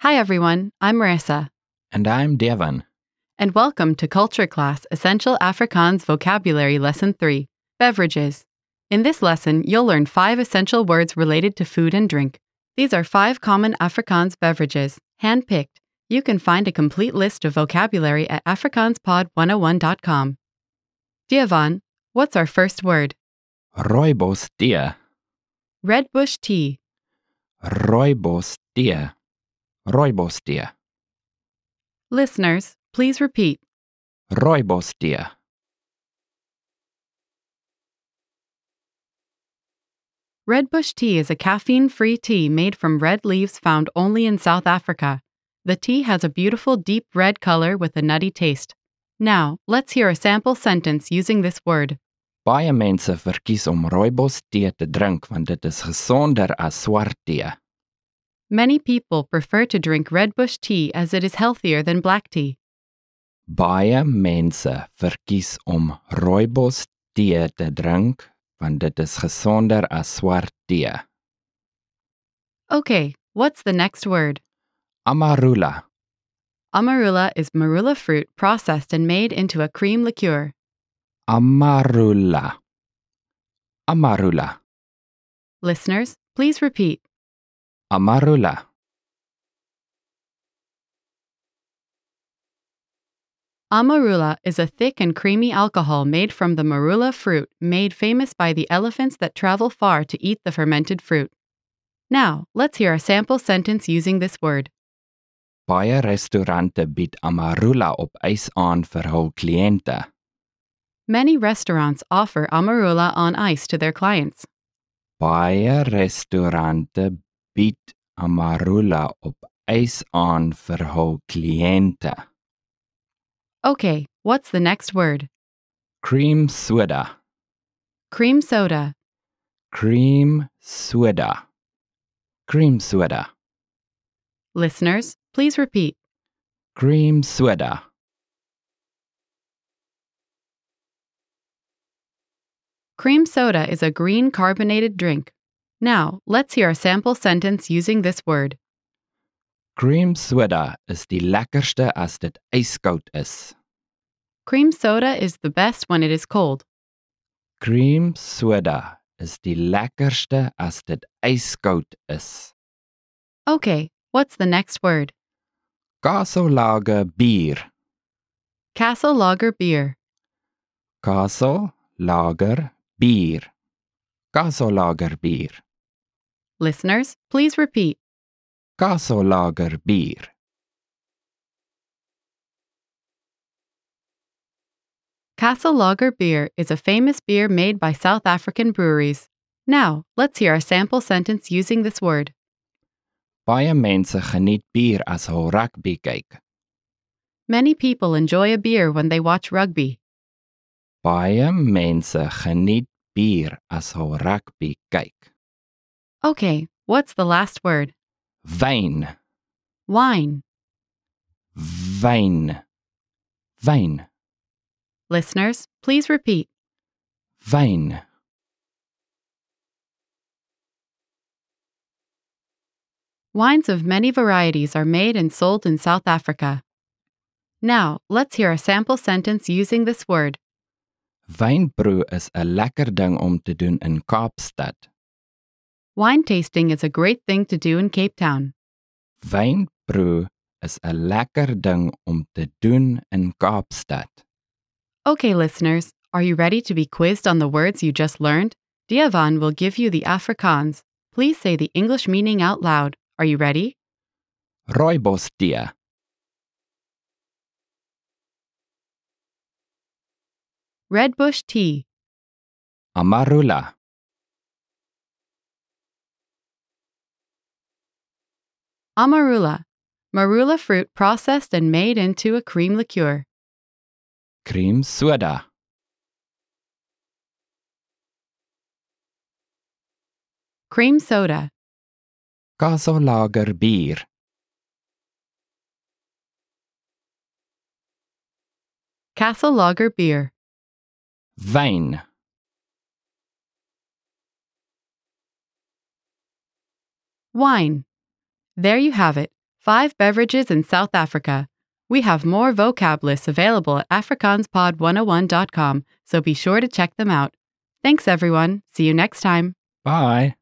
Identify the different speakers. Speaker 1: Hi, everyone. I'm Marissa,
Speaker 2: And I'm Devon.
Speaker 1: and welcome to Culture Class Essential Afrikaans Vocabulary Lesson 3 Beverages. In this lesson, you'll learn five essential words related to food and drink. These are five common Afrikaans beverages, handpicked. You can find a complete list of vocabulary at AfrikaansPod101.com. Diavan, what's our first word?
Speaker 2: Roibos deer.
Speaker 1: Red bush tea.
Speaker 2: Roibos deer. Roibos deer.
Speaker 1: Listeners, please repeat.
Speaker 2: Roibos deer.
Speaker 1: Redbush tea is a caffeine free tea made from red leaves found only in South Africa. The tea has a beautiful deep red color with a nutty taste. Now, let's hear a sample sentence using this word.
Speaker 2: Baie mense verkies om rooibos tee te drink want dit is gesonder as swart tee.
Speaker 1: Many people prefer to drink redbush tea as it is healthier than black tea.
Speaker 2: Baie mense verkies om rooibos tee te drink want dit is gesonder as swart tee.
Speaker 1: Okay, what's the next word?
Speaker 2: Amarula.
Speaker 1: Amarula is marula fruit processed and made into a cream liqueur.
Speaker 2: Amarula. Amarula.
Speaker 1: Listeners, please repeat.
Speaker 2: Amarula.
Speaker 1: Amarula is a thick and creamy alcohol made from the marula fruit, made famous by the elephants that travel far to eat the fermented fruit. Now, let's hear a sample sentence using this word.
Speaker 2: Baie restaurante bied amarula op ys aan vir hul kliënte.
Speaker 1: Many restaurants offer amarula on ice to their clients.
Speaker 2: Baie restaurante bied amarula op ys aan vir hul kliënte.
Speaker 1: Okay, what's the next word?
Speaker 2: Cream soda.
Speaker 1: Cream soda.
Speaker 2: Cream soda. Cream soda.
Speaker 1: Listeners, please repeat.
Speaker 2: Cream soda.
Speaker 1: Cream soda is a green carbonated drink. Now, let's hear a sample sentence using this word.
Speaker 2: Cream soda is die lekkerste as dit yskoud is.
Speaker 1: Cream soda is the best when it is cold.
Speaker 2: Cream soda is die lekkerste as dit yskoud is.
Speaker 1: Okay, what's the next word?
Speaker 2: Kassellager bier.
Speaker 1: Castle Lager Beer.
Speaker 2: Kassel Lager Bier. Kassel Lager Bier.
Speaker 1: Listeners, please repeat.
Speaker 2: Kassel Lager Bier.
Speaker 1: Castle Lager Beer is a famous beer made by South African breweries. Now, let's hear a sample sentence using this word.
Speaker 2: Baie mense geniet bier as hul rugby kyk.
Speaker 1: Many people enjoy a beer when they watch rugby.
Speaker 2: Baie mense geniet bier as hul rugby kyk.
Speaker 1: Okay, what's the last word?
Speaker 2: Wyn,
Speaker 1: Wine.
Speaker 2: wyn, wyn,
Speaker 1: Listeners, please repeat.
Speaker 2: wyn.
Speaker 1: Wines of many varieties are made and sold in South Africa. Now, let's hear a sample sentence using this word.
Speaker 2: Wynbroe is 'n lekker ding om te doen in Kaapstad.
Speaker 1: Wine tasting is a great thing to do in Cape Town.
Speaker 2: Wynbroe is 'n lekker ding om te doen in Kaapstad.
Speaker 1: Okay, listeners, are you ready to be quizzed on the words you just learned? Diavan will give you the Afrikaans. Please say the English meaning out loud. Are you ready?
Speaker 2: Rooibos tee,
Speaker 1: Red bush tea,
Speaker 2: amarula,
Speaker 1: amarula, marula fruit processed and made into a cream liqueur,
Speaker 2: cream soda,
Speaker 1: cream soda,
Speaker 2: kasselager bier,
Speaker 1: castle lager beer,
Speaker 2: wyn,
Speaker 1: wine. There you have it. Five beverages in South Africa. We have more vocab lists available at afrikaanspod101.com, so be sure to check them out. Thanks, everyone. See you next time.
Speaker 2: Bye.